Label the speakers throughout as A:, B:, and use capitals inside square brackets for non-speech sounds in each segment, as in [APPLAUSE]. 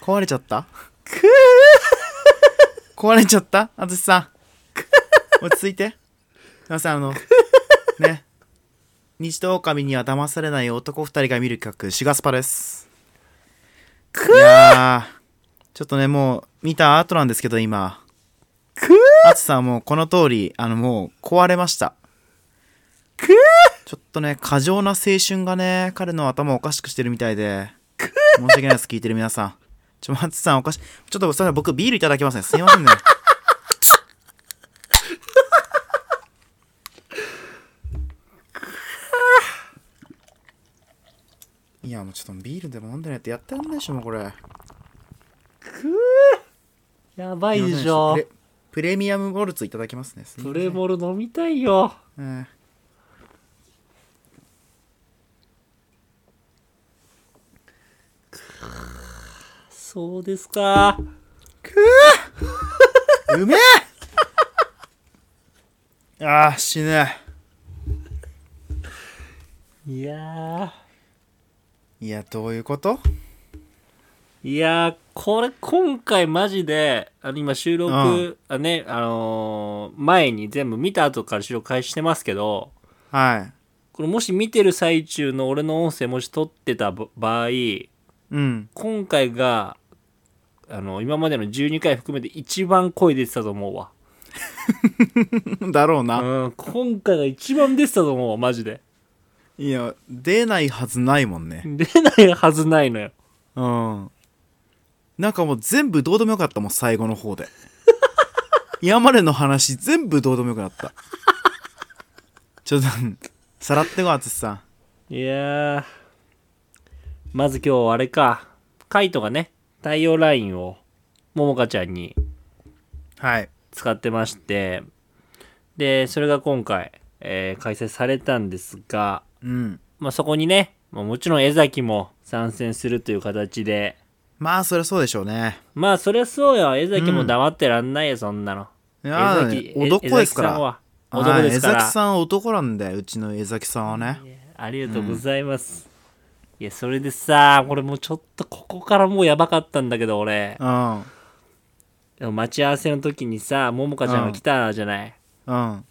A: 壊れちゃった壊れちゃった淳さん落ち着いて皆さんあのね西と狼には騙されない男二人が見る企画シガスパです
B: く
A: いやーちょっとねもう見た後なんですけど今
B: くー
A: 淳さんはもうこの通りあのもう壊れました
B: くー
A: ちょっとね過剰な青春がね彼の頭をおかしくしてるみたいで申し訳ないです聞いてる皆さんちょ松さんおかしちょっとすいません僕ビールいただきますねすいませんねいやもうちょっとビールでも飲んでないとやってらんないでしょもうこれ
B: やばいでしょ
A: プレプレミアムモルツいただきますねすいませ
B: プ
A: ん
B: レモル飲みたいよ
A: うん
B: そうですか
A: うめえ [LAUGHS] ああ死ぬ
B: いや
A: いやどういうこと
B: ーいやーこれ今回マジであの今収録、あねあのー前に全部見た後から収録開始してますけど
A: はい
B: これもし見てる最中の俺の音声もし撮ってたば場合 [LAUGHS]
A: うん
B: 今回があの今までの12回含めて一番声出てたと思うわ
A: だろうな、
B: うん今回が一番出てたと思うわマジで
A: いや出ないはずないもんね
B: 出ないはずないのよ
A: うんなんかもう全部どうでもよかったもん最後の方で [LAUGHS] 今までの話全部どうでもよくなったちょっとさらってこ淳さん
B: いやーまず今日あれかカイトがね太陽ラインをももかちゃんに
A: はい
B: 使ってましてでそれが今回、えー開催されたんですが
A: うん
B: まあ、そこにね、まあ、もちろん江崎も参戦するという形で、
A: まあそりゃそうでしょうね
B: まあ、そりゃそうよ。江崎も黙ってらんないよ、そんなの。
A: い
B: 江
A: やー
B: 崎、え
A: 男ですか
B: 江崎さん
A: ら
B: は男ですか
A: はい江
B: ら
A: 崎。さんは男なんだようちの江崎さんはね
B: ありがとうございます。いや、それでさ、これもうちょっとここからもうやばかったんだけど、俺。
A: うん
B: でも待ち合わせの時にさ、ももかちゃんが来たじゃない。い
A: うん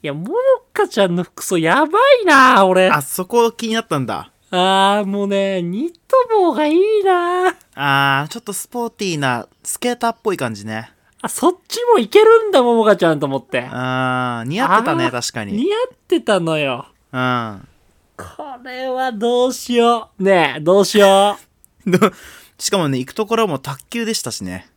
B: や、ももかちゃんの服装やばいな、俺。あ
A: あそこ気になったんだ
B: あー、もうね、ニット帽がいいな。
A: あーちょっとスポーティーなスケーターっぽい感じね
B: あ、そっちもいけるんだ、ももかちゃんと思って。
A: あー似合ってた
B: あ
A: ね
B: ー
A: 確か
B: 似
A: に
B: 合ってたのよ。
A: うん
B: これはどうしよう。ねえ、どうしよ
A: どしかもね行くところも卓球でしたしね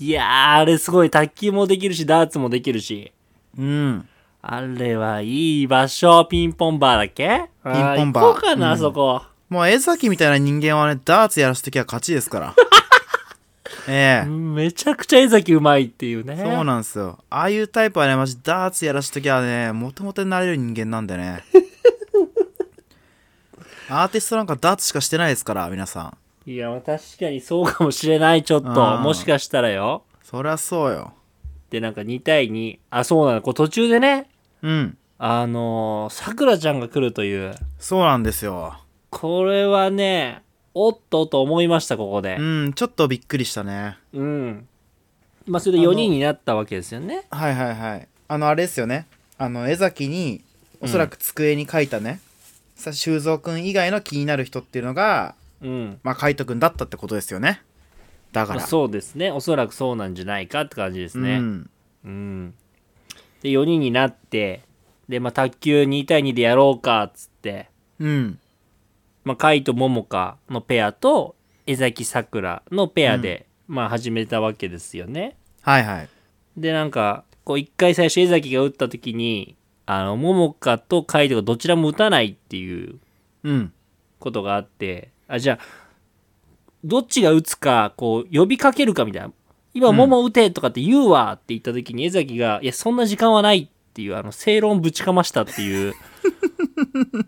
B: う。いやー、あれすごい。卓球もできるし、ダーツもできるし。
A: うん
B: あれはいい場所。ピンポンバーだっけピ
A: ンポンバー
B: 行こうかな、
A: うん
B: そこ。
A: もう江崎みたいな人間はねダーツやらすときは勝ちですから [LAUGHS] ええ
B: めちゃくちゃ江崎うまいっていうね。
A: そうなんですよああいうタイプはねマジダーツやらすときはねもともとになれる人間なんで
B: [LAUGHS]
A: ねアーティストなんかダーツしかしてないですから皆さん
B: いや、確かにそうかもしれない、ちょっと。
A: うん
B: もしかしたらよ。
A: そりゃそうよ
B: で、なんか2対2。あ、そうなの。こう途中でね、
A: うん
B: あのー、さくらちゃんが来るという。
A: そうなんですよ
B: これはね、おっとと思いました、ここで。
A: うんちょっとびっくりしたね
B: うん。まあ、それで4人になったわけですよね。
A: はいはいはいあのあれですよねあの江崎におそらく机に書いたね、さ修造くん以外の気になる人っていうのが
B: うん。
A: まあ海斗くんだったってことですよねだから
B: まあそうですね。おそらくそうなんじゃないかって感じです
A: う
B: ね。
A: ん
B: うん。で、4人になって、で、まあ、卓球2対2でやろうか、っつって、
A: うん
B: まあ、カイとモモカのペアと、江崎さくらのペアで、まあ、始めたわけですよね。
A: はいはい
B: で、なんか、こう、一回最初江崎が打った時に、あの、モモカとカイトがどちらも打たないっていう
A: うん
B: ことがあってあじゃあどっちが打つかこう呼びかけるかみたいな今「
A: うん
B: 桃打て」とかって言うわって言った時に江崎が「いやそんな時間はない」っていうあの正論ぶちかましたっていう
A: [LAUGHS]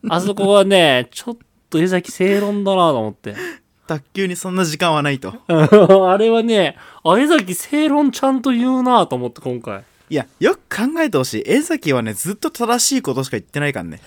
B: あそこはねちょっと江崎正論だなと思って
A: [LAUGHS] 卓球にそんな時間はないと
B: あれはねあ江崎正論ちゃんと言うなと思って今回
A: [LAUGHS] いやよく考えてほしい江崎はねずっと正しいことしか言ってないから [LAUGHS] ね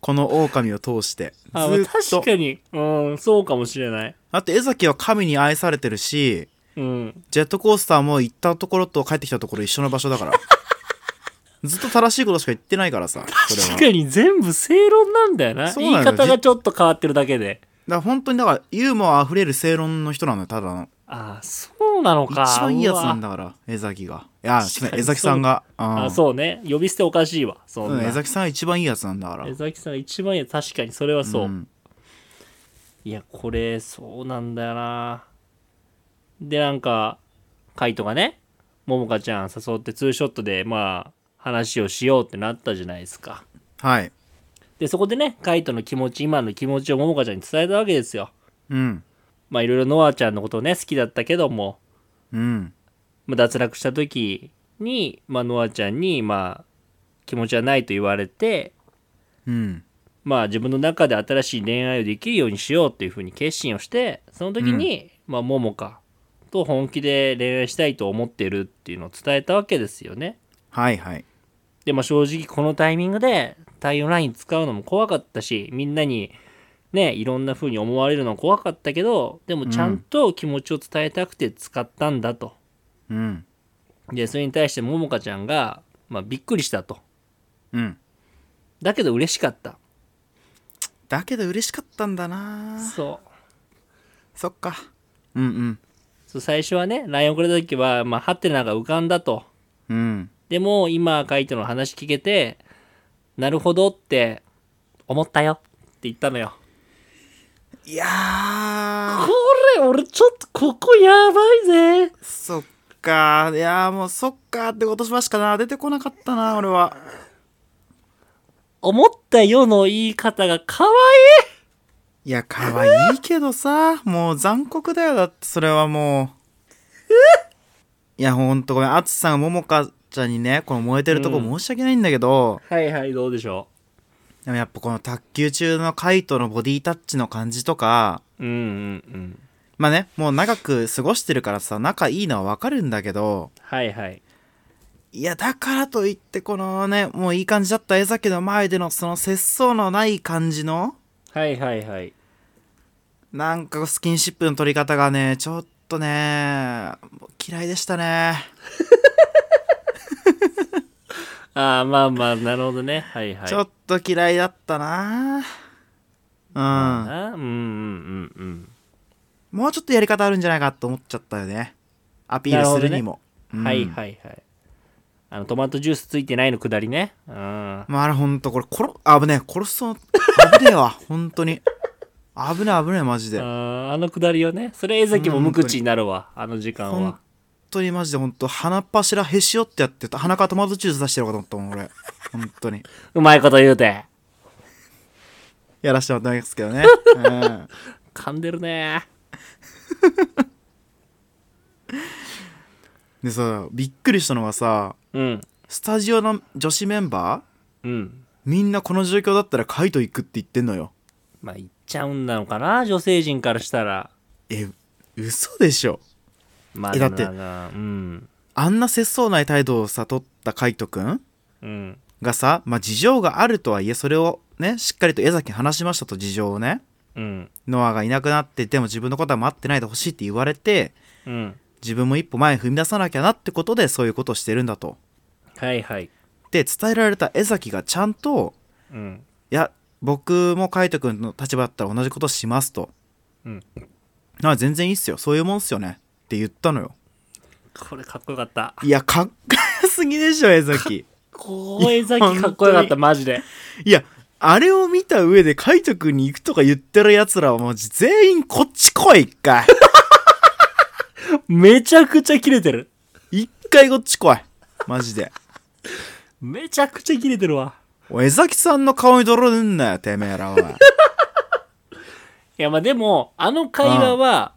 A: この狼を通してず
B: あまあ
A: っと
B: 確かにうんそうかもしれない
A: だって江崎は神に愛されてるし
B: うん。
A: ジェットコースターも行ったところと帰ってきたところ一緒の場所だから [LAUGHS] ずっと正しいことしか言ってないからさそれは
B: 確かに全部正論なんだよな。
A: そう
B: 言い
A: なのよ
B: 方がちょっと変わってるだけで。
A: だから本当にだからユーモアあふれる正論の人なのよただの
B: ああ、そうなの
A: 一
B: か。
A: 番いいやつなん
B: だ。
A: だから江崎がいやすいません江
B: そう
A: 崎さんが
B: あ
A: あ
B: あそうね。呼び捨ておかしいわ。そん
A: 江
B: な。
A: 崎さんは一番いいやつなんだから
B: 江崎さんが一番いいやつ。確かに、それはそう。
A: ん
B: いや、これ、そうなんだよな。で、なんか、カイトがね、ももかちゃん誘ってツーショットで、まあ、話をしようってなったじゃないですか。
A: はい
B: で、そこでね、カイトの気持ち、今の気持ちをももかちゃんに伝えたわけですよ。
A: うん
B: まあ、いろいろノアちゃんのことをね、好きだったけども、
A: うん
B: まあ、脱落した時に、まあ、ノアちゃんに、まあ、気持ちはないと言われて、
A: うん
B: まあ自分の中で新しい恋愛をできるようにしようっていうふうに決心をしてその時に、まあ桃かと本気で恋愛したいと思ってるっていうのを伝えたわけですよね
A: はいはい
B: でまあ正直このタイミングで対応ライン使うのも怖かったしみんなにねいろんなふうに思われるのは怖かったけどでもちゃんと気持ちを伝えたくて使ったんだと、
A: うん
B: でそれに対して桃かちゃんが、まあ、びっくりしたと
A: うん
B: だけど嬉しかった
A: だけど嬉しかったんだな
B: そう
A: そっかうん
B: そう最初はね LINE 送られた時は、まあ、ハテナが浮かんだと
A: うんうん
B: でも今カイトの話聞けてなるほどって思ったよって言ったのよ
A: いやー
B: これ俺ちょっとここやばいぜ
A: そっかいやーもうそっかって言葉しかな出てこなかったな俺は
B: 思ったよの言い方が可愛
A: いや可愛いけどさもう残酷だよだってそれはもういやほんとごめん淳さんがももかちゃんにねこの燃えてるとこ
B: う
A: 申
B: ん
A: し訳ないんだけど、
B: いはいはいどうでしょ
A: でもやっぱこの卓球中のカイトのボディタッチの感じとか
B: ううんうんうん
A: まあねもう長く過ごしてるからさ仲いいのはわかるんだけど
B: はいはい
A: いやだからといってこのねもういい感じだった江崎の前でのその節操のない感じの
B: はいはいはい
A: なんかスキンシップの取り方がねちょっとねもう嫌いでしたね
B: ああまあまあなるほどねはいはい
A: ちょっと嫌いだったなうん、
B: あーうんうんうんうん
A: もうちょっとやり方あるんじゃないかと思っちゃったよねアピールするにも、うん
B: はいはいはい。あの、トマトジュースついてないのくだりね。うん。
A: まああれほんとこれ殺あぶねえ殺しそう危ねえわ [LAUGHS] ほんとに危ねえ危ねえマジで
B: あ
A: ほん
B: ーあのくだりはね、それ江崎も無口になるわ、あの時間は。
A: とにマジでほんと鼻っ柱へし折ってやってた鼻からトマトジュース出してるのかと思ったもん俺ほんとに
B: うまいこと言うて。
A: やらしてもらってますけどね、うん
B: 噛んでるね。
A: でさびっくりしたのはさ
B: うん。
A: スタジオの女子メンバー
B: うん。
A: みんなこの状況だったらカイト行くって言ってんのよ
B: まあ、言っちゃうんなのかな、女性陣からしたら。
A: え嘘でしょ
B: まあ、
A: えだって
B: でもなんかうん。
A: あんな節操ない態度をさ取ったカイトくん
B: うん。
A: がさ、まあ、事情があるとはいえそれをねしっかりと江崎に話しましたと事情をね
B: うん。
A: ノアがいなくなってでも自分のことは待ってないでほしいって言われて
B: うん。
A: 自分も一歩前に踏み出さなきゃなってことでそういうことをしてるんだと。
B: はいはい。
A: で伝えられた江崎がちゃんと
B: うん。
A: いや僕もカイトくんの立場だったら同じことしますと。
B: うん。
A: あ全然いいっすよそういうもんっすよねって言ったのよ。
B: これかっこよかった。
A: いや、かっこよすぎでしょ、江崎。 [LAUGHS]
B: こう江崎かっ [LAUGHS] こよかっ
A: 本
B: た、
A: 当
B: マジで。
A: いや、あれを見た上で、カイト君に行くとか言ってる奴らはもう全員こっち来い、一
B: [LAUGHS]
A: 回。
B: めちゃくちゃキレてる。
A: 一回こっち来い。マジで。
B: めちゃくちゃキレてるわ。
A: おい江崎さんの顔に泥塗んなよ、てめえら、おい。
B: [LAUGHS] いやまあでもあの会話は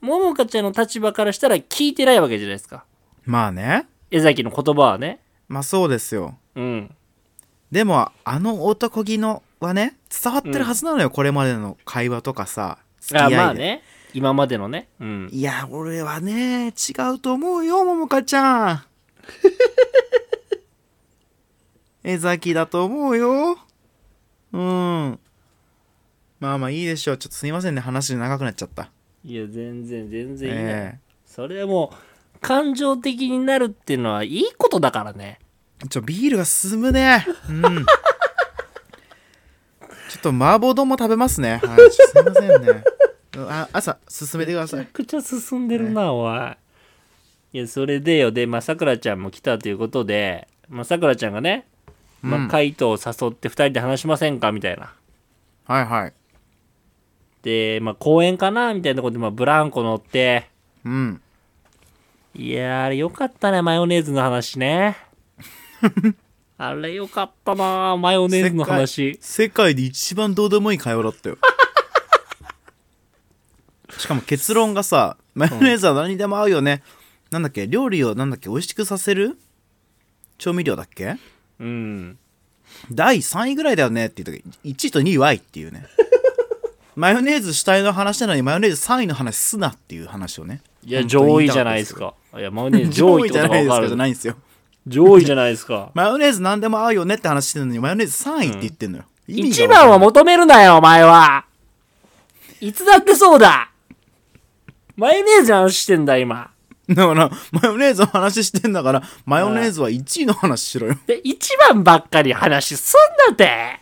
B: ももかちゃんの立場からしたら聞いてないわけじゃないですか
A: まあね。
B: 江崎の言葉はね
A: まあそうですよ。
B: うん
A: でも、あの男気のはね、伝わってるはずなのよ、これまでの会話とかさ。付き合
B: あ
A: いで。
B: まあね今までのねうん
A: いや、俺はね、違うと思うよ、ももかちゃ [LAUGHS] ん。江崎だと思うよ。うん。まあまあいいでしょう。ちょっとすいませんね、話長くなっちゃった。
B: いや全然全然いいんだよ、
A: え
B: それはもう感情的になるっていうのはいいことだからね
A: えちょビールが進むね [LAUGHS] うんちょっと麻婆丼も食べますねはいちょすいませんねあ朝進めてくだ
B: めち
A: さ
B: ゃ
A: い
B: くちゃ進んでるな、おいいやそれでよでまあさくらちゃんも来たということでまあさくらちゃんがね、
A: う
B: まあ、
A: ん
B: カイトを誘って2人で話しませんかみたいな
A: [LAUGHS] はいはい
B: でまあ公園かなみたいなとこでまあブランコ乗って
A: うん
B: いやーあれよかったねマヨネーズの話ねあれよかったなマヨネーズの話
A: 世界で一番どうでもいい会話だ
B: [LAUGHS]
A: ったよしかも結論がさマヨネーズは何にでも合うよね、なんだっけ料理をなんだっけ美味しくさせる調味料だっけ
B: うん
A: 第3位ぐらいだよねっていう時1位と2位はいって
B: [LAUGHS]
A: いうねマヨネーズ主体の話なのにマヨネーズ3位の話すなっていう話をね
B: いや
A: 本当に
B: 上
A: 言
B: 位
A: た
B: じゃ
A: った
B: ない
A: で
B: ですす
A: よ
B: かいやマヨネーズ上
A: 上
B: 位
A: 位じ
B: って
A: ゃ
B: こ
A: ない
B: と
A: で
B: が
A: す
B: わ
A: けどじ
B: か
A: ゃ
B: る
A: ないんですよ
B: 上位じゃないですか
A: マヨネーズ何でも合うよねって話してるのにマヨネーズ3位って言ってんのよ、意味
B: 一
A: がわかんな
B: 番
A: い
B: は求めるなよ、お前は。いつだってそうだ。マヨネーズの話してんだ、今。
A: だから、マヨネーズの話してんだから、マヨネーズは1位の話しろよ。
B: で、一番ばっかり話すんだって。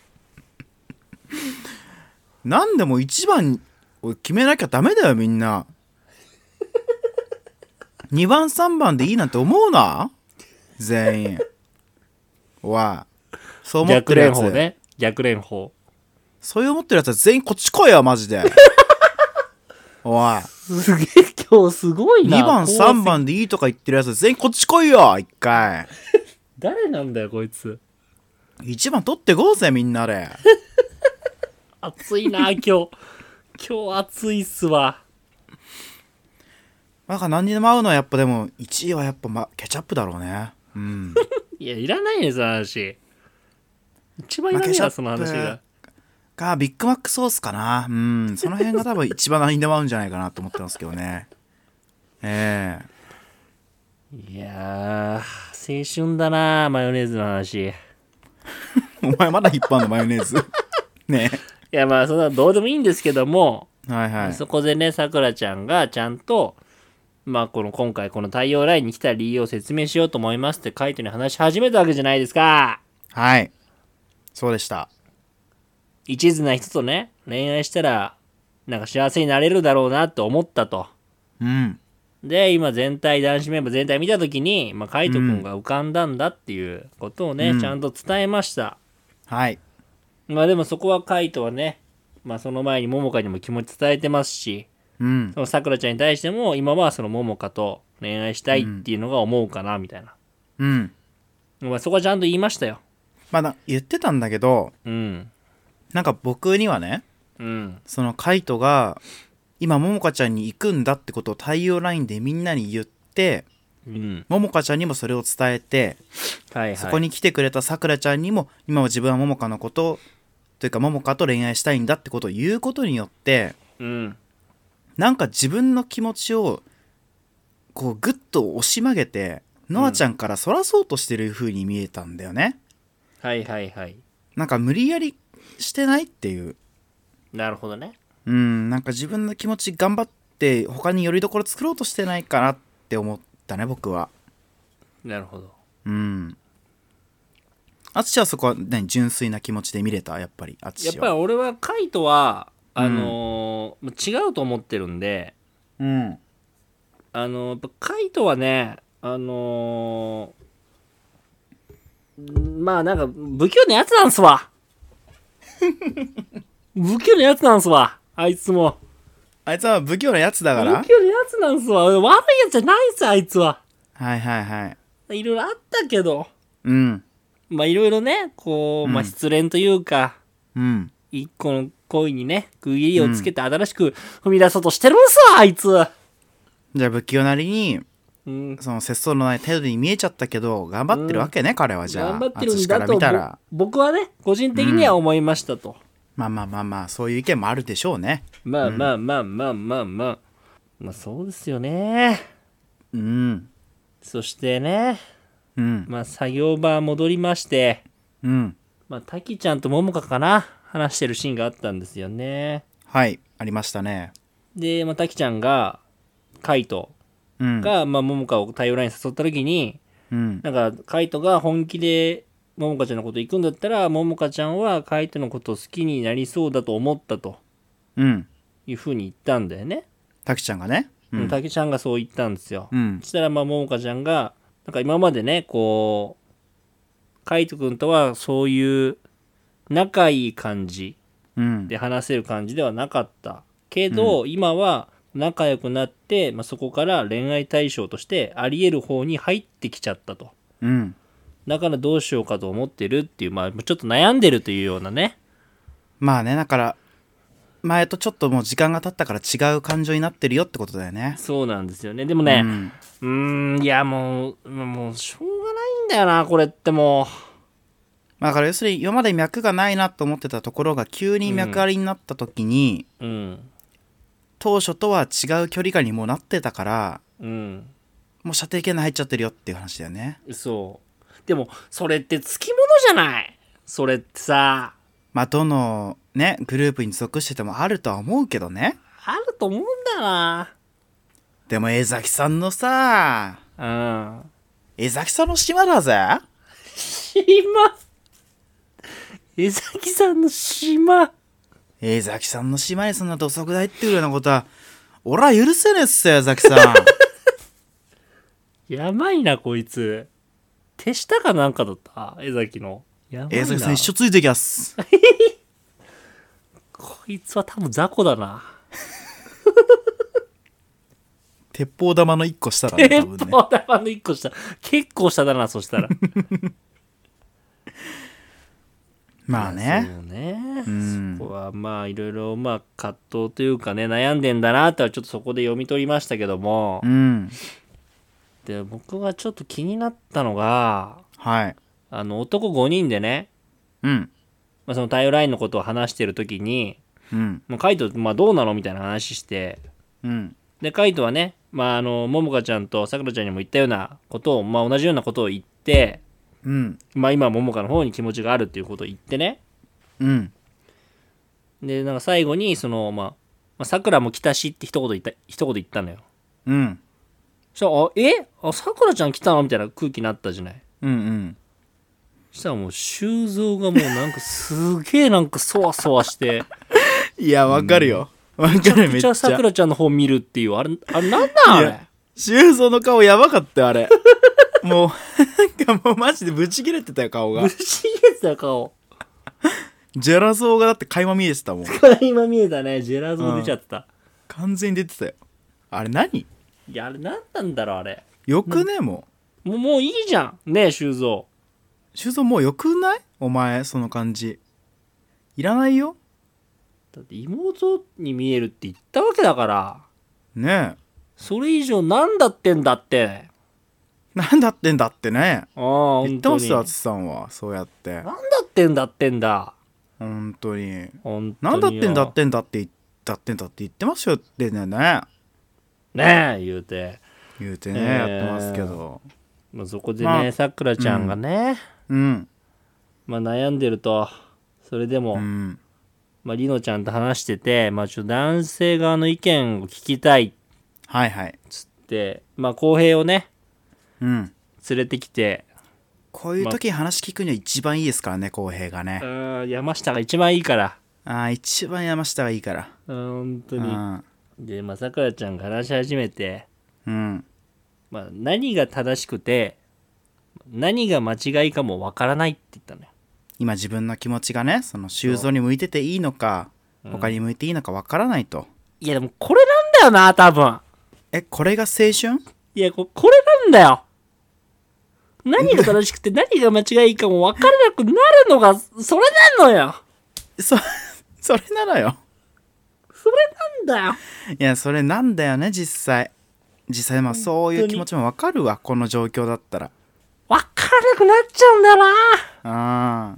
A: なんでも1番を決めなきゃダメだよ、みんな。2番、3番でいいなんて思うな全員。わあ。そう思っ
B: 逆
A: てるや
B: 連
A: つ。
B: 法ね。逆連 [LAUGHS] 法。
A: そう思ってるやつは全員こっち来いよ、マジで。おい。
B: すげえ、今日すごいな。
A: 2番、
B: こう
A: 3。番でいいとか言ってるやつは全員こっち来いよ、一回。
B: 誰なんだよ、こいつ。
A: 1番取ってこうぜ、みんなで。
B: 暑いな、今日。 [LAUGHS] 今日暑いっすわ。
A: なんか何にでも合うのはやっぱでも1位はやっぱ、ま、ケチャップだろうねうん、
B: いや、いらないね、その話。一番いらね
A: 負け
B: え
A: ちゃっ
B: な、
A: た
B: その話が。
A: かビッグマックソースかなうんその辺が多分一番何にでも合うんじゃないかなと思ってますけどねええ
B: いやー、青春だな、マヨネーズの話。
A: お前まだ引っ張んのマヨネーズ [LAUGHS] ね
B: いやまあそんなどうでもいいんですけども、
A: えはいはい
B: そこでねさくらちゃんがちゃんと、まあ、この今回この太陽ラインに来た理由を説明しようと思いますってカイトに話し始めたわけじゃないですか
A: はいそうでした
B: 一途な人とね恋愛したらなんか幸せになれるだろうなと思ったと
A: うん
B: で今全体男子メンバー全体見た時に、まあ、カイト君が浮かんだんだっていうことをね、
A: うん
B: ちゃんと伝えました
A: はい
B: まあでもそこはカイトはね、まあ、その前に桃香にも気持ち伝えてますし
A: うん
B: そのさくらちゃんに対しても今はその桃香と恋愛したいっていうのが思うかなみたいな、
A: うん
B: まあそこはちゃんと言いましたよ
A: まあな言ってたんだけど
B: うん
A: なんか僕にはね
B: うん
A: そのカイトが今ももかちゃんに行くんだってことを太陽ラインでみんなに言って
B: うん
A: ももかちゃんにもそれを伝えて
B: はいはい
A: そこに来てくれたさくらちゃんにも今は自分はももかのことというかももかと恋愛したいんだってことを言うことによって
B: うん
A: なんか自分の気持ちをこうグッと押し曲げてノアちゃんからそらそうとしてる風に見えたんだよね、
B: はいはいはい
A: なんか無理やりしてないっていう
B: なるほどね
A: うんなんか自分の気持ち頑張って他によりどころ作ろうとしてないかなって思ったね僕は
B: なるほど
A: うんあつしはそこは何純粋な気持ちで見れたやっぱりあつし
B: や
A: は
B: っぱり俺はカイトはあのー違うと思ってるんで
A: うん
B: あのーやっぱカイトはねあのーまあなんか不器用なやつなん
A: [LAUGHS]
B: すわ不器用なやつなんすわあいつも
A: あいつは不器用なやつだから
B: 東京のやつなんすわ。悪いやつじゃないっす、あいつは。
A: はいはいはい
B: いろいろあったけど、
A: うん
B: まあいろいろね、こう、まあ
A: うん
B: 失恋というか、
A: うん
B: 一個の恋にね、区切りをつけて新しく踏み出そうとしてるんすわ、あいつ。
A: じゃあ不器用なりに
B: うん。
A: その節操のない態度に見えちゃったけど頑張ってるわけね、彼はじゃあ
B: 頑張ってるん
A: 淳か
B: だ
A: ら
B: と
A: 見たら、
B: ぼ僕はね、個人的には思いましたと。
A: まあまあまあまあそういう意見もあるでしょうね
B: まあまあまあまあまあまあ。まあそうですよね。
A: うん
B: そしてね、
A: うん
B: まあ作業場戻りまして、
A: うん
B: まあ滝ちゃんと桃香かな、話してるシーンがあったんですよね。
A: はいありましたね
B: で、まあ、滝ちゃんが、カイト
A: うん。
B: が、まあ、桃香を対応ラインに誘った時に、
A: うん。
B: なんか、カイトが本気で、桃香ちゃんのこと行くんだったら、桃香ちゃんはカイトのことを好きになりそうだと思ったと
A: うん。
B: いうふうに言ったんだよね。
A: たきちゃんがね。うん。
B: 滝ちゃんがそう言ったんですよ。
A: うん
B: そ。したら、まあ、桃香ちゃんが、なんか今までね、こう、カイト君とはそういう仲いい感じ
A: うん。
B: で話せる感じではなかったけど、今は仲良くなって、まあ、そこから恋愛対象としてあり得る方に入ってきちゃったと。
A: うん。
B: だからどうしようかと思ってるっていう、まあ、ちょっと悩んでるというようなね。
A: まあね、だから、前とちょっともう時間が経ったから違う感情になってるよってことだよね。
B: そうなんですよね。でもね
A: う、ん。
B: うーん、いや、もう、もう、しょうがないんだよな、これっても
A: まあだから要するに今まで脈がないなと思ってたところが急に脈ありになった時に、
B: う。うん。
A: 当初とは違う距離感にもうなってたから、
B: うん。
A: もう射程圏内入っちゃってるよっていう話だよね。
B: そう。でも、それってつきものじゃないそれってさ、
A: まあどのね、グループに属しててもあるとは思うけどね。
B: あると思うんだな。
A: でも江崎さんのさ、
B: うん。 [LAUGHS]
A: 江崎さんの島だぜ。
B: 島江崎さんの島
A: 江崎さんの島にそんな土足で入ってくるようなことは、俺は許せねえっすよ、江崎 [LAUGHS] さん。
B: やばいな、こいつ。手下かなんかだった江崎の。やばいな。
A: 江崎さん一緒ついてきます。
B: こいつは多分雑魚だな。
A: 鉄砲玉の一個下だね、
B: テ
A: 多
B: ン
A: 分ね。
B: ポ玉の1個下。結構下だな、そしたら。
A: [LAUGHS] まあね。
B: そうね。
A: ん
B: そこはまあ、いろいろ、まあ、葛藤というかね、悩んでんだなとはちょっとそこで読み取りましたけども。
A: うん。
B: で、僕はちょっと気になったのが、
A: はい。
B: あの、男5人でね、
A: うん。
B: まあ、その対応ラインのことを話してる時に、
A: うん。
B: まあ、カイト、まあ、どうなのみたいな話して、
A: うん。
B: で、カイトはね、まあ、あの、ももかちゃんとさくらちゃんにも言ったようなことを、まあ、同じようなことを言って、
A: うん。
B: まあ、今、ももかの方に気持ちがあるっていうことを言ってね、
A: うん。
B: で、なんか最後に、その、まあ、まあ、さくらも来たしって一言言った、一言言ったのよ。
A: うん。
B: そしたら、あ、えあ、さくらちゃん来たのみたいな空気になったじゃない。
A: うん。うん。
B: そしたらもう、修造がもうなんかすげえなんかそわそわして、
A: いや、わかるよ。わ
B: めち
A: か
B: ゃ
A: る、 [LAUGHS] めっ
B: くち
A: ちゃ
B: ゃ。さくらちゃんの方見るっていう、あれ、あれなんなんあ
A: い
B: れ
A: や修造の顔やばかったよ、 [LAUGHS] あれ。もう、なんかもうマジでブチ切れてたよ、顔が
B: 不思。議ですよ、顔。
A: ジェラゾーがだって垣間見えてたもん。
B: これ今見えたね、ジェラゾー出ちゃった。
A: 完全に出てたよ。あれ何
B: いや、あれなんなんだろう、あれ。
A: よくね、も
B: もう、もういいじゃん。ねえ、修造。
A: う。修造もうよくないお前、その感じ。いらないよ。
B: だって妹に見えるって言ったわけだから、
A: ねえ。
B: それ以上なんだってんだって。
A: なんだってんだってね。
B: ああ、本
A: 言ってま
B: 当
A: す
B: に。
A: よ、
B: なんだ
A: 淳さんは。そうやって。
B: ってんだってんだ。
A: 本当に。
B: 本当
A: な
B: によ
A: んだってんだってんだって言だってんだって言ってますよってねね。
B: ねえ、言うて。
A: 言うてね、
B: えー
A: やってますけど。
B: まあ、そこで
A: まあ
B: ね、さくらちゃんがね、
A: うん。
B: まあ悩んでると、それでも、
A: うん。
B: まあ、りのちゃんと話してて、まあ、ちょっと男性側の意見を聞きたいっ
A: はいはい。
B: つって、まあ、公平をね、
A: うん。
B: 連れてきて、
A: こういう時に話聞くには一番いいですからね、浩平がね
B: う。ん、山下が一番いいから。
A: ああ、一番山下がいいから。
B: うん、本当
A: う
B: に。
A: ん。
B: で、まあ、さくらちゃんが話し始めて、
A: うん。
B: まあ、何が正しくて、何が間違いかもわからないって言ったのよ。
A: 今自分の気持ちがね、その修造に向いてていいのか、他に向いていいのかわからないと。
B: いや、でもこれなんだよな、多分。
A: え、これが青春 [LAUGHS]
B: いや、ここれなんだよ。何が正しくて何が間違いかも分からなくなるのが、それなのよ。
A: そ、それなのよ。
B: それなんだよ。
A: いや、それなんだよね、実際。実際、まあそうい
B: 本
A: う
B: 当に
A: 気持ちもわかるわ、この状況だったら。
B: 分からなくなっちゃうんだよな。
A: ああ。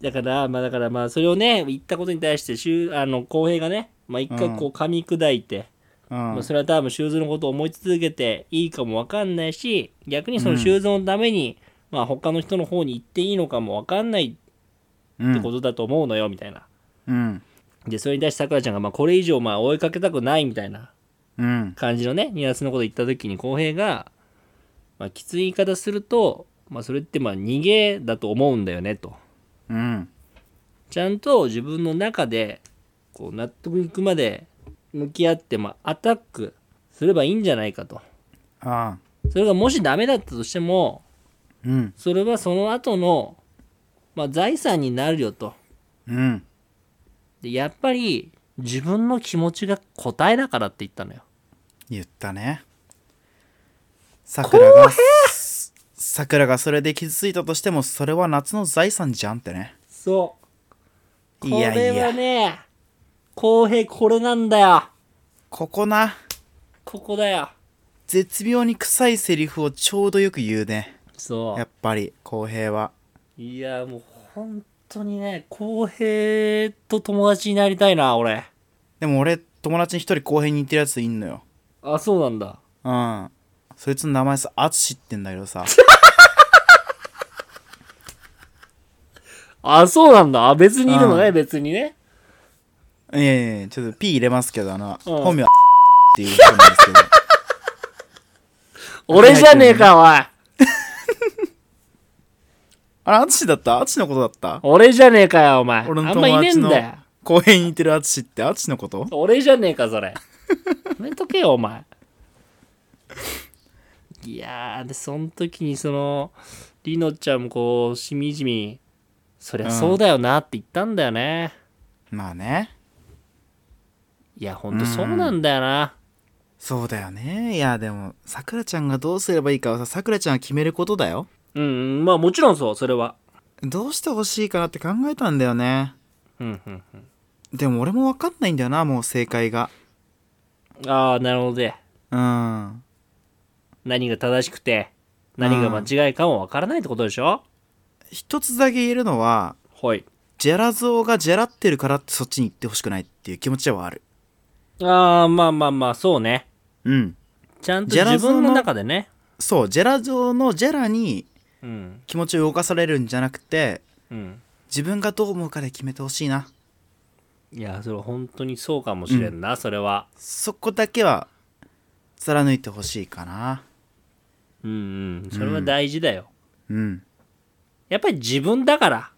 B: だから、まあだからまあ、それをね、言ったことに対して、しゅあの、公平がね、まあ一回こう噛み砕いて、
A: うん
B: まあ、それは多分修造のことを思い続けていいかも分かんないし、逆にその修造のために、まあ他の人の方に行っていいのかも分かんないっ
A: うん
B: てことだと思うのよ、みたいな。
A: うん
B: で、それに対してさくらちゃんが、まあ、これ以上、まあ、追いかけたくないみたいな
A: うん。
B: 感じのね、ニュアンスのこと言った時に、浩平が、まあ、きつい言い方すると、まあ、それって、まあ、逃げだと思うんだよね、と。
A: うん。
B: ちゃんと自分の中で、こう、納得いくまで向き合って、まあ、アタックすればいいんじゃないかと。
A: ああ。
B: それがもしダメだったとしても、
A: うん。
B: それはその後の、まあ、財産になるよと。
A: うん。
B: で、やっぱり、自分の気持ちが答えだからって言ったのよ。
A: 言ったね。桜が、桜がそれで傷ついたとしても、それは夏の財産じゃんってね。
B: そう。こ
A: い
B: れ
A: やい
B: は
A: や、
B: ね、公平これなんだよ。
A: ここな、
B: ここだよ。
A: 絶妙に臭いセリフをちょうどよく言うね。
B: そ
A: やっぱり、浩平は。
B: う。いや、もう本当にね、公平と友達になりたいな、俺。
A: でも俺、友達に一人浩平に似てるやついんのよ。
B: あ、そうなんだ。
A: うん。そいつの名前さ、アツシってんだけどさ。
B: あ、そうなんだ。あ、別にいるのね、
A: う
B: 別にね。
A: いやいやいやちょっと P 入れますけど、あの、
B: うん
A: 本名はっていう人なんですけど。
B: 俺じゃねえか、おい。
A: あれ、アツシだったアツシのことだった
B: 俺じゃねえかよ、お前。
A: 俺の
B: あんまい
A: 友
B: ねえ
A: 達
B: ん
A: の
B: だよ。
A: 浩平に似てるアツシってアツシのこと
B: 俺じゃねえか、それ。やめとけよ、お前。いやー、で、その時に、その、りのちゃんもこう、しみじみ、そりゃそうだよなって言ったんだよね。
A: まあね。
B: いや、ほんとそうなんだよな。
A: そうだよね。いや、でも、さくらちゃんがどうすればいいかはさ、さくらちゃんが決めることだよ。
B: うん、うん、まあもちろんそう、それは。
A: どうしてほしいかなって考えたんだよね。
B: うん、うん、うん。
A: でも俺もわかんないんだよな、もう正解が。
B: ああ、なるほどで。
A: うん。
B: 何が正しくて、何が間違いかもわからないってことでしょ、
A: 一つだけ言えるのは、
B: はい。
A: ジェラゾウがジェラってるからってそっちに行ってほしくないっていう気持ちはある。
B: ああ、まあまあまあ、そうね。
A: うん。
B: ちゃんと
A: ジェラ
B: 自
A: ゾーの
B: 分の中でね。
A: そう、ジェラゾウのジェラに
B: うん、
A: 気持ちを動かされるんじゃなくて、
B: うん。
A: 自分がどう思うかで決めてほしいな。
B: いや、それ本当にそうかもしれんな、それは。
A: そこだけは、貫いてほしいかな。
B: うんうん、それは大事だよ。
A: うん。
B: やっぱり自分だから、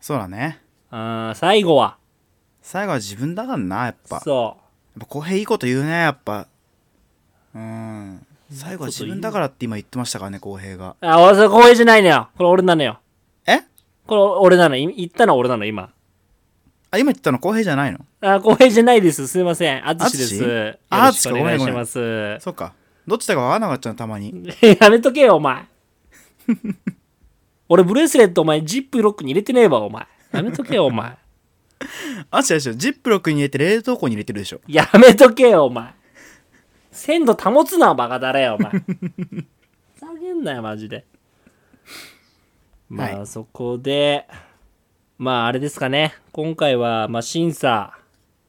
A: そうだね。
B: あー最後は。
A: 最後は自分だからな、やっぱ。
B: そ
A: やっぱ浩平いいこと言うねやっぱうん最後は自分だからって今言ってましたからね浩平が
B: う。あ、俺、それ光栄じゃないのよ。これ俺なのよ。
A: え
B: これ俺なの。い言ったの俺なの、今。
A: あ今言ったの浩平じゃないの
B: あ、光栄じゃないです。すいません。あつし
A: 淳
B: です。よ
A: あ
B: ろ
A: つ
B: し
A: し
B: くお
A: ごめ
B: 願
A: ん
B: い
A: ごめ
B: し
A: ん
B: ます。
A: そっかどっちだか分からなかったのたまに
B: [LAUGHS] やめとけよ、
A: [LAUGHS]
B: お前。俺、ブレスレット、お前、ジップロックに入れてねえわ、お前。やめとけよ、お前。
A: あ違う違うジップロックに入れて冷凍庫に入れてるでしょ
B: やめとけよ、お前。鮮度保つな、バカだれよ、お前。ふざけんなよ、マジで。まあ、
A: は
B: そこで、まあ、あれですかね。今回は、まあ、審査、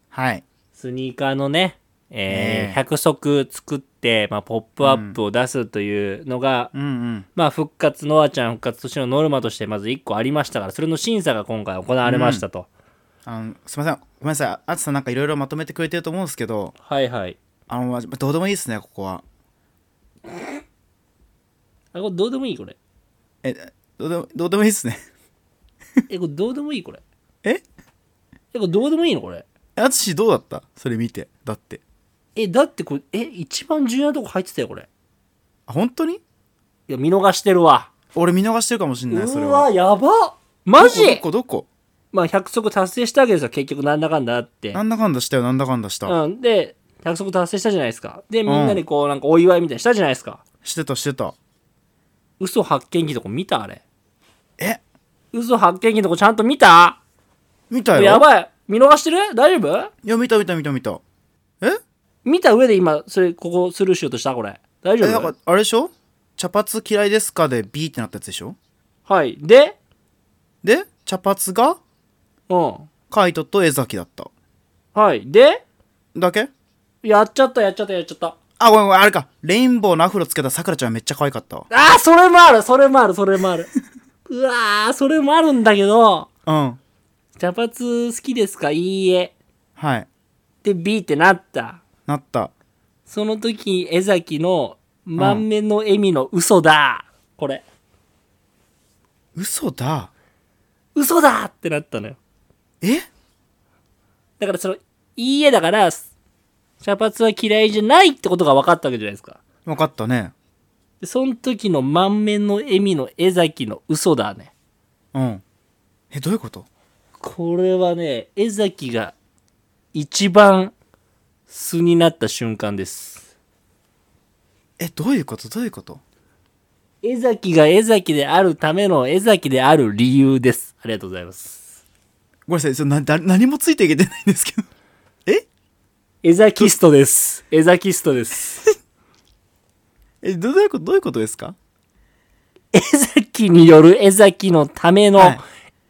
A: はい
B: スニーカーのね、え
A: ね
B: ー
A: え
B: 100足作って、まあ、ポップアップを出すというのが、
A: うんうん
B: まあ、復活、ノアちゃん復活としてのノルマとして、まず1個ありましたから、それの審査が今回行われましたと。
A: あのすいませんごめんなさいあつさんなんかいろいろまとめてくれてると思うんですけど
B: はいはい。
A: あのまどうでもいいですねここは
B: あ、これどうでもいい、これ。
A: えどうでもどうでもいいですね [LAUGHS]
B: え、これどうでもいい、これ。
A: え
B: え、これどうでもいいのこれ。
A: あつしどうだったそれ見てだって
B: え、だってこれ、え、一番重要なとこ入ってたよ、これ。
A: あ本当に
B: いや、見逃してるわ。
A: 俺見逃してるかもしん
B: う
A: ないそれは
B: わ、やばマジ
A: どこどこ
B: まあ、100足達成したわけですよ、結局、なんだかんだあって
A: どこ。なんだかんだしたよなんだかんだした
B: うん、で、100足達成したじゃないですか。で、
A: ん
B: みんなでこう、なんかお祝いみたいにしたじゃないですか。
A: してたしてた
B: 嘘発見器とこ見たあれ。
A: え
B: 嘘発見器とこちゃんと見た
A: 見たよ
B: やばい。見逃してる大丈夫
A: いや見た見た見た見たえ
B: 見た上で今、それ、ここスルーしようとしたこれ。大
A: え
B: 丈
A: なん
B: 夫
A: かあれでしょ茶髪嫌いですかで B ってなったやつでしょ
B: はい。で、
A: で茶髪が
B: うん。
A: カイトと江崎だった
B: はい。で、
A: だけ
B: やっちゃった、やっちゃった、やっちゃった。
A: あごめんごめんあれかレインボーのアフロつけたさくらちゃんめっちゃ可愛かったわ
B: あーそれもあるそれもあるそれもあるうわーそれもあるんだけど
A: うん
B: 茶髪好きですかいいえ
A: はい。
B: で B ってなった
A: なった。
B: その時江崎の満面の笑みの嘘だ、これ
A: 嘘だ。
B: 嘘だってなったのよ
A: え
B: だからそのいいえだから茶髪は嫌いじゃないってことが分かったわけじゃないですか
A: 分かったね。
B: でその時の満面の笑みの江崎の嘘だね
A: うん。え、どういうこと
B: これはね江崎が一番素になった瞬間です
A: え、どういうことどういうこと
B: 江崎が江崎であるための江崎である理由ですありがとうございます
A: ごめんなさい。それなだ何もついていけてないんですけど。え
B: 江崎ストです江崎ストです
A: え、どどういうことどういうことですか
B: 江崎による江崎のための
A: はい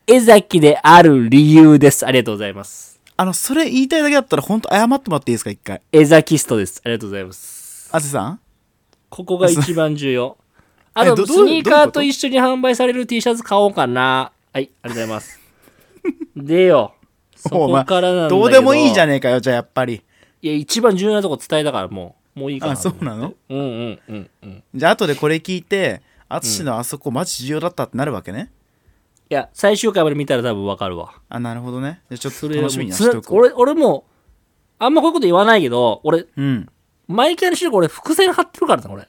B: 江崎である理由です。ありがとうございます。
A: あの、それ言いたいだけだったら本当謝ってもらっていいですか一回。
B: 江崎ストです。ありがとうございます。
A: あせさん
B: ここが一番重要。
A: [LAUGHS]
B: あ
A: え
B: と、
A: ど
B: ス
A: どう
B: ニ
A: どう
B: ー
A: いう
B: カー
A: こと
B: と一緒に販売される T シャツ買おうかな。はい、ありがとうござい
A: [LAUGHS]
B: ます。でよ。そ
A: おうま
B: こ
A: あ
B: からなんだけど。
A: どうでもいいじゃねえかよ、じゃあやっぱり。
B: いや、一番重要なとこ伝えたから、もう。もういいかな。
A: あ、そうなの
B: うんうんうんうん。
A: じゃあ後でこれ聞いて、アツシのあそこマジ重要だったってなるわけね。
B: いや、最終回まで見たら多分わかるわ。
A: あ、なるほどね。じゃあちょっ
B: そ
A: と
B: れはも
A: 楽
B: う
A: しみには
B: そ
A: し
B: れ
A: ておこう。
B: 俺、俺も、あんまこういうこと言わないけど、俺、
A: うん。
B: 毎回の収録俺伏線張ってるからな、俺。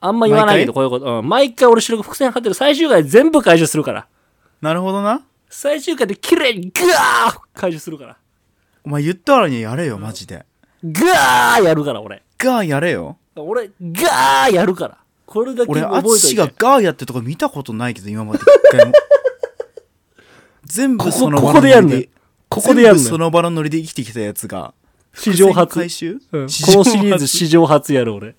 B: あんま言わないけど、こういうこと。うん。毎回俺収録伏線張ってる。最終回全部解除するから。
A: なるほどな。
B: 最終回で綺麗にグワー解除するから。
A: お前言ったからにやれよ、マジで。
B: グワーやるから、俺。
A: ガーやれよ。
B: 俺、ガーやるから。これだけ
A: 俺、
B: 覚え
A: ア
B: とい
A: ツ
B: て。
A: シがガーやってるとこ見たことないけど、今まで一回
B: [LAUGHS]
A: も。全部
B: こ
A: そ
B: こ、
A: の
B: こ
A: 場
B: こ
A: の
B: でやる
A: ノ
B: のよ
A: リで、。
B: ここでやる
A: 全部そ
B: の
A: の
B: よ。
A: 場のノリで生きてきたやつが、
B: 史上初。
A: 回収
B: うんこのシリーズ史上初やる、俺。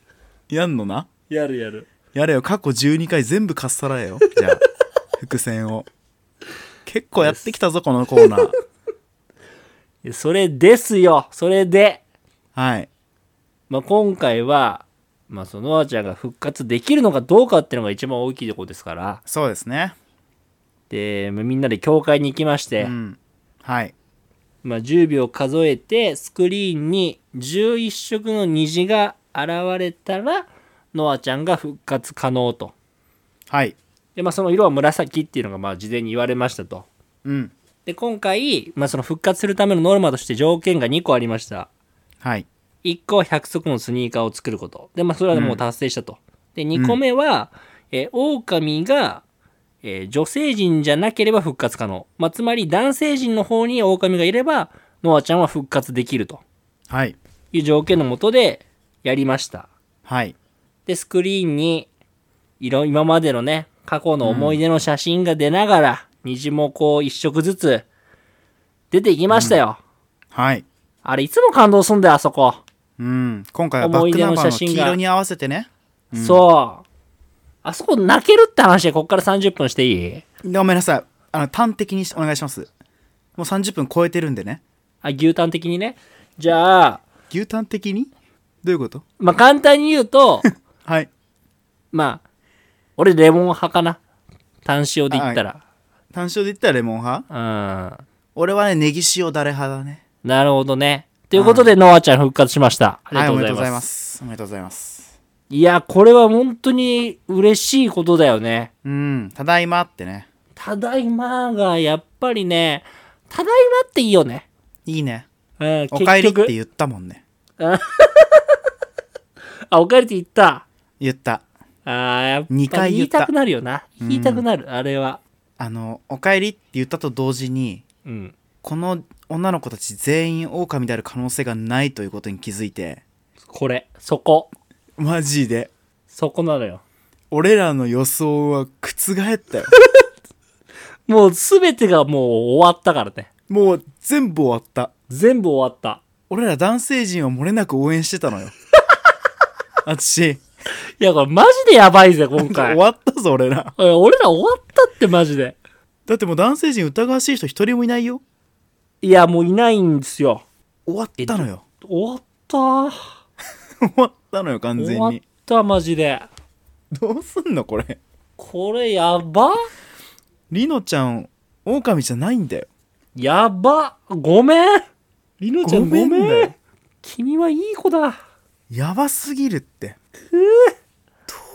A: やんのな
B: やるやる。
A: やれよ、過去12回全部かっさらえよ。じゃあ、伏線を。結構やってきたぞ、このコーナー。
B: いやそれですよ。それで。
A: はい。
B: まあ、今回は、まあ、そのノアちゃんが復活できるのかどうかっていうのが一番大きいところですから。
A: そうですね。
B: で、まあみんなで教会に行きまして、
A: うん。はい。
B: まあ、10秒数えて、スクリーンに11色の虹が現れたら、ノアちゃんが復活可能と。
A: はい。
B: で、まあ、その色は紫っていうのが、まあ、事前に言われましたと。
A: うん。
B: で、今回、まあ、その復活するためのノルマとして条件が2個ありました。
A: はい。
B: 1個は100足のスニーカーを作ること。で、まあ、それはもう達成したと。で、2個目は、えー、狼が、えー女性陣じゃなければ復活可能。まあ、つまり男性陣の方に狼がいれば、ノアちゃんは復活できると
A: はい。
B: いう条件のもとでやりました。
A: はい。
B: で、スクリーンに、いろ、今までのね、過去の思い出の写真が出ながら、虹もこう一色ずつ出ていきましたよ。
A: はい。
B: あれ、いつも感動すんだよ、あそこ。
A: うん。今回はバックナンバーの黄色に合わせてね。
B: そう。あそこ泣けるって話で、こっから30分していい
A: ごめんなさい。あの、端的にしお願いします。もう30分超えてるんでね。
B: あ、牛タン的にね。じゃあ、
A: 牛タン的にどういうこと
B: まあ、簡単に言うと、
A: はい。
B: まあ、俺レモン派かな。単塩で言ったら。
A: 単勝で言ったらレモン派俺はね、ネギ塩だれ派だね。
B: うん。なるほどね。ということで、ノアちゃん復活しました。ありがとうございます。い、
A: す。おめでとうございます。
B: や、これは本当に嬉しいことだよね。
A: うん。ただいまってね。
B: ただいまが、やっぱりね、ただいまっていいよね。
A: いいね。
B: うん、
A: おかえりって
B: う。
A: 言ったもんね。
B: あ、おかえりって言った。
A: 言った。
B: あーやっぱ
A: 二回
B: 言
A: 言
B: い
A: った
B: くなるよな。言いたくなる、あれは。
A: あの、おかえりって言ったと同時に、
B: うん。
A: この女の子たち全員狼である可能性がないということに気づいて、
B: これ、そこ。
A: マジで、
B: そこなのよ。
A: 俺らの予想は覆った [LAUGHS] よ。
B: もうすべてがもう終わったからね。
A: もう全部終わった。
B: 全部終わった。
A: 俺ら男性陣は漏れなく応援してた [LAUGHS] のよ。あつし、
B: いや、これマジでやばいぜ、今
A: [LAUGHS] 終
B: 回。おい
A: わったぞ俺ら。
B: 俺ら終わったってマジで。
A: だってもう男性陣疑わしい人一人もいないよ。
B: いや、もういないんですよ。
A: 終わったのよ。
B: 終わった。
A: 終わったのよ、完
B: 終
A: 全
B: わっ
A: に。
B: た、マジで。
A: どうすんのこれ。
B: これやば
A: りのちゃん、狼じゃないんだよ。
B: やば。ごめん。りのちゃんごめん
A: ごめんだよ
B: 君はいい子だ
A: やばすぎるって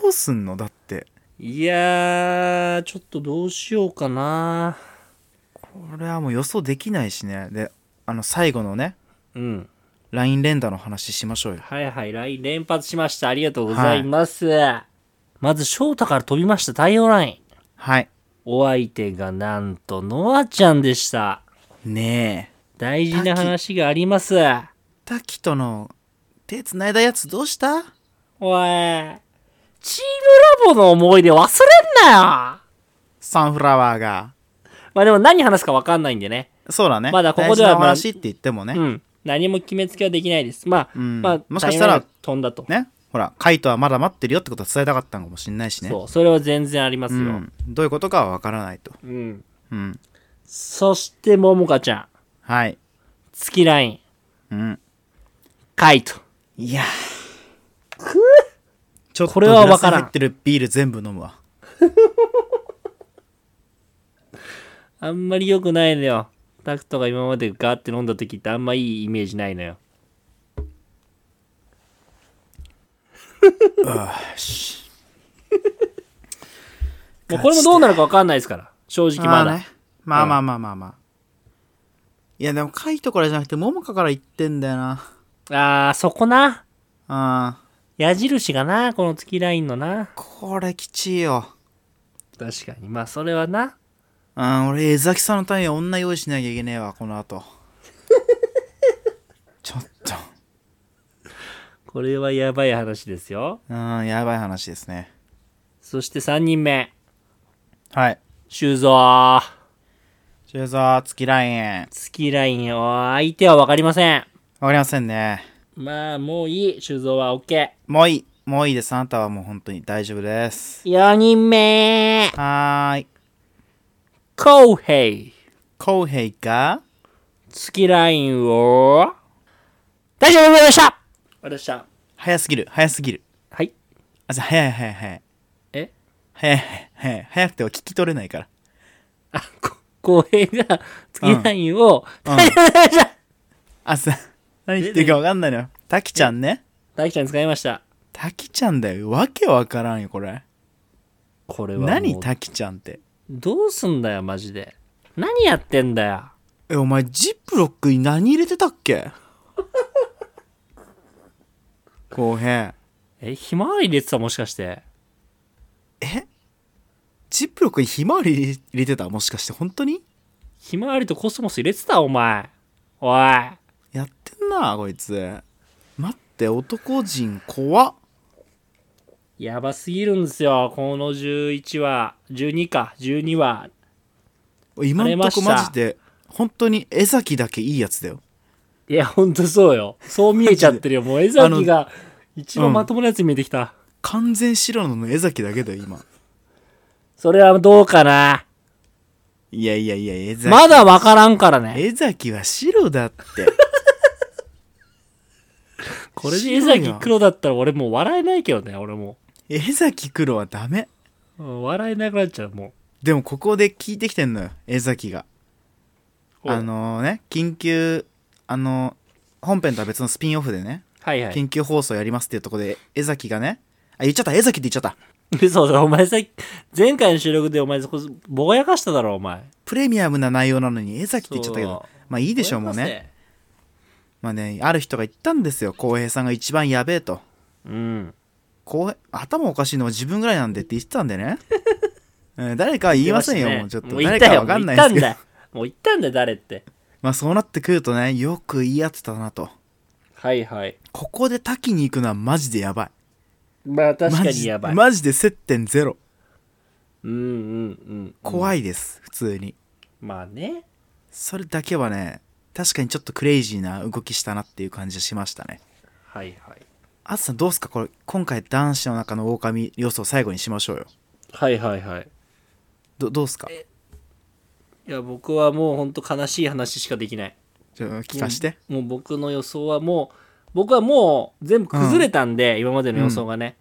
A: どうすんのだって
B: いやーちょっとどうしようかな
A: これはもう予想できないしねであの最後のね
B: うん。
A: LINE 連打の話しましょうよ
B: はいはい、LINE 連発しました。ありがとうございます。まず、翔太から飛びました、対応ライン。
A: はい
B: お相手がなんと、ノアちゃんでした。
A: ねえ
B: 大事な話があります。
A: タキとの手つないだやつどうした
B: おい、チームラボの思い出忘れんなよ
A: サンフラワーが
B: まあでも何話すか分かんないんでね。
A: そうだね
B: まだここでは
A: 大事な話って言ってもね、
B: うん。何も決めつけはできないです。まあ、
A: うん
B: まあ、
A: もしかしたら
B: タイムラインが飛んだと。
A: ねほらカイトはまだ待ってるよってことは伝えたかったのかもしんないしね
B: そう、それは全然あります
A: う
B: よ。
A: ん、どういうことかは分からないと
B: うん。
A: うん
B: そして、ももかちゃん。
A: はい
B: 月ライン。
A: うん
B: カイト。
A: いやちょっと
B: これは分から
A: グラスに
B: ん
A: 入ってるビール全部飲むわ
B: あんまり良くないのよ。タクトが今までガーって飲んだ時ってあんまいいイメージない
A: [LAUGHS]
B: のよ。
A: よし
B: [LAUGHS] もうこれもどうなるか分かんないですから。正直まだ。
A: ねまあまあまあまあまあ、いやでもカイトからじゃなくてモモカから言ってんだよな
B: あー、そこな。
A: あー
B: 矢印がな、この月ラインのな。
A: これきちいよ
B: 確かに。まあ、それはな。
A: うん俺江崎さんのために女用意しなきゃいけねえわこの [LAUGHS] 後ちょっと
B: これはやばい話ですよ。
A: うんやばい話ですね
B: そして3人目。
A: はい
B: 修造。
A: 中沢月ラインわ
B: 月ラインを相手は分かりません。
A: かりませんね
B: まあ、もういい。修造は OK。
A: もういいもういいですあなたはもう本当に大丈夫です
B: 4人目。
A: はーい
B: コウヘイ。
A: 浩平が
B: 月ラインを、大丈夫でしたでした。
A: 早すぎる早すぎる
B: はい。
A: あじゃあ早い早い早い
B: え
A: 早い早い早くては聞き取れないから
B: あ、こ、公平が月ライン
A: う
B: を、
A: ん
B: 大丈夫でした
A: あ
B: [LAUGHS]
A: さ何言ってるか分かんないのよタキちゃんね
B: 大輝ちゃん使いました。
A: タキちゃんだよわけわからんよこれ
B: これはもう
A: 何タキちゃんって
B: どうすんだよ、マジで。何やってんだよ。
A: えお前ジップロックに何入れてたっ
B: [LAUGHS]
A: け浩平
B: え、ひまわり入れてたもしかして。
A: えジップロックにひまわり入れてたもしかして本当に
B: ひまわりとコスモス入れてたお前。おい。
A: やってんなこいつ待って男人怖っ
B: やばすぎるんですよ。この11話、12か、12話。
A: 今んとこ
B: 荒れました
A: マジで本当に江崎だけいいやつだよ
B: いや、ほんとそうよ。そう見えちゃってるよ。もう江
A: あの
B: 崎が一
A: う
B: 番
A: ん
B: まともなやつに見えてきた。
A: 完全白野の江崎だけだよ今
B: それはどうかない
A: やいやいや江崎
B: まだわからんからね。
A: 江崎は白だって
B: [LAUGHS] これで江
A: 白いな
B: 崎黒だったら俺もう笑えないけどね、俺も
A: 江崎黒はダメ
B: う。うん笑えなくなっちゃう、も
A: でもここで聞いてきてんのよ江崎が
B: う。
A: あのね緊急あの本編とは別のスピンオフでね
B: はいはい。
A: 緊急放送やりますっていうところで江崎がねあ言っちゃった江崎って言っちゃった
B: 嘘だ、お前さっき、前回の収録でお前そこ、ぼやかしただろ、お前。
A: プレミアムな内容なのに江崎って言っちゃったけ
B: そ
A: どまあいいでしょうもうね。まあねある人が言ったんですよ浩平さんが一番やべえと
B: うん。
A: 浩平頭おかしいのは自分ぐらいなんでって言ってたんでね、 [LAUGHS] うん誰かは言いませんよ、もうちょっと
B: 言
A: 誰
B: た
A: か
B: よ
A: わかんないですけど
B: もう言ったんだよ。もう言ったんだよ、誰って。
A: [LAUGHS] まあそうなってくるとねよく言い合ってたなと
B: はいはい。
A: ここで滝に行くのはマジでやばい
B: まあ確か
A: マ
B: に
A: ジ
B: やばい。
A: マジで接点ゼロ
B: うんうんうん。
A: 怖いです、普通に
B: まあね。
A: それだけはね確かにちょっとクレイジーな動きしたなっていう感じがしましたね
B: はいはい。
A: あつさんどうすかこれ今回男子の中の狼予想最後にしましょうよ
B: はいはいはい。
A: どどうすか
B: いや、僕はもうほんと悲しい話しかできない。
A: ちょ聞かして
B: もう僕の予想はもう僕はもう全部崩れたんで、今までの予想がね、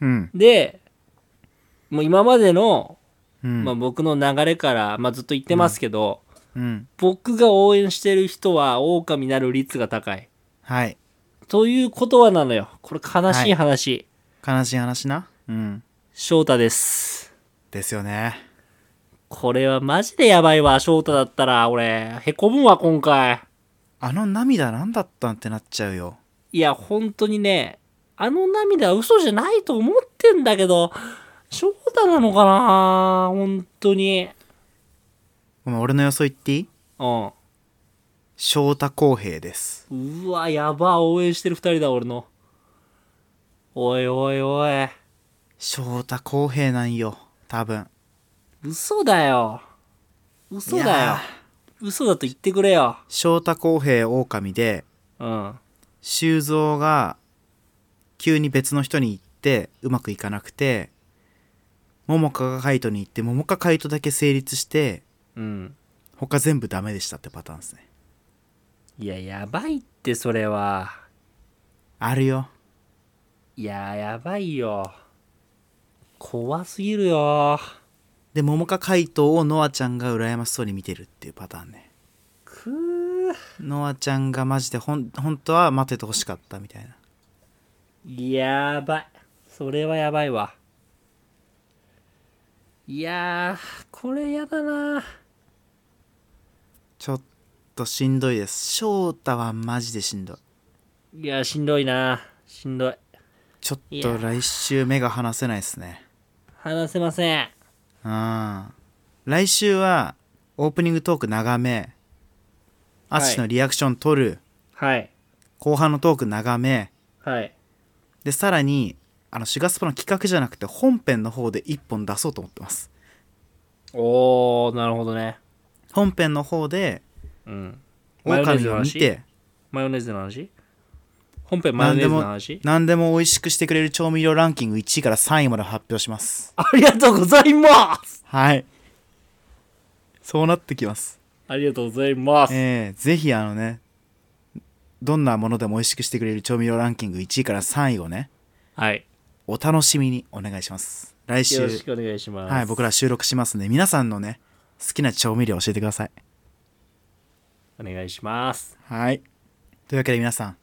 A: うん
B: でもう今までの、
A: うん、
B: まあ、僕の流れから、まあ、ずっと言ってますけど、
A: うん。
B: 僕が応援してる人は狼になる率が高い。
A: はい。
B: ということはなのよ。これ悲しい話。
A: 悲しい話な。うん。
B: 翔太です。
A: ですよね。
B: これはマジでやばいわ、翔太だったら。俺、へこむわ、今回。
A: あの涙なんだったんってなっちゃうよ。
B: いや、本当にね、あの涙は嘘じゃないと思ってんだけど、翔太なのかな本当に。
A: ごめん、俺の予想言っていい
B: うん。
A: 翔太公平です。
B: うわ、やば、応援してる二人だ、俺の。おいおいおい。
A: 翔太公平なんよ。多分。
B: 嘘だよ。嘘
A: い
B: だよ
A: や。
B: 嘘だと言ってくれよ。
A: 翔太公平狼で、
B: うん。
A: 修造が急に別の人に行ってうまくいかなくて桃花がカイトに行って桃花カイトだけ成立して
B: うん。
A: 他全部ダメでしたってパターンですね
B: いや、やばいって、それは。
A: あるよ
B: いや、やばいよ。怖すぎるよ。
A: で桃花カイトをノアちゃんが羨ましそうに見てるっていうパターンね
B: くー。
A: ノアちゃんがマジでほん本当は待っててほしかったみたいな
B: やばい。それはやばいわ。いやー、これやだな。
A: ちょっとしんどいです翔太はマジでしんどい
B: いや、しんどいな。しんどい。
A: ちょ
B: い
A: っ
B: や
A: と来週目が離せないですね
B: 話せません。
A: うん来週はオープニングトーク長め
B: はい
A: 淳のリアクション取る、
B: はい。
A: 後半のトーク長め
B: はい。
A: でさらにあのシガスパの企画じゃなくて本編の方で1本出そうと思ってます
B: おー、なるほどね。
A: 本編の方で
B: うん。マヨネーズ
A: 狼
B: の
A: を見
B: 話
A: て
B: マヨネーズの話本編マヨネーズの話
A: 何でも美味しくしてくれる調味料ランキング1位から3位まで発表します
B: ありがとうございます
A: はいそうなってきます
B: ありがとうございます。
A: えー、ぜひあのねどんなものでも美味しくしてくれる調味料ランキング1位から3位をね
B: はい。
A: お楽しみにお願いします来
B: よろ
A: 週
B: し、くお願いします。
A: はい、僕ら収録しますんで皆さんのね好きな調味料教えてください
B: お願いします。
A: はいというわけで皆さん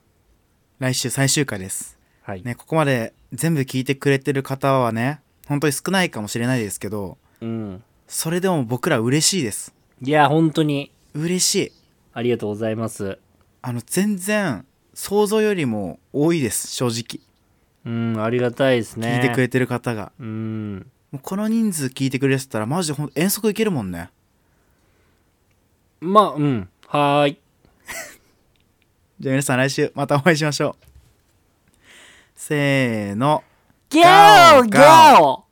A: 来週最終回です
B: はい。
A: ねここまで全部聞いてくれてる方はね本当に少ないかもしれないですけど
B: うん。
A: それでも僕ら嬉しいです
B: いや、本当に
A: 嬉しい
B: ありがとうございます。
A: あの全然想像よりも多いです正直
B: うん、ありがたいですね。
A: 聞いてくれてる方が、
B: うん。
A: もうこの人数聞いてくれてたらマジでほん遠足いけるもんね
B: まあ、うん。はーい。
A: じゃあ皆さん来週またお会いしましょう。せーの。
B: ギ
A: ャ
B: ャ
A: オ
B: オ
A: ギ
B: ギ
A: ャ
B: ャオ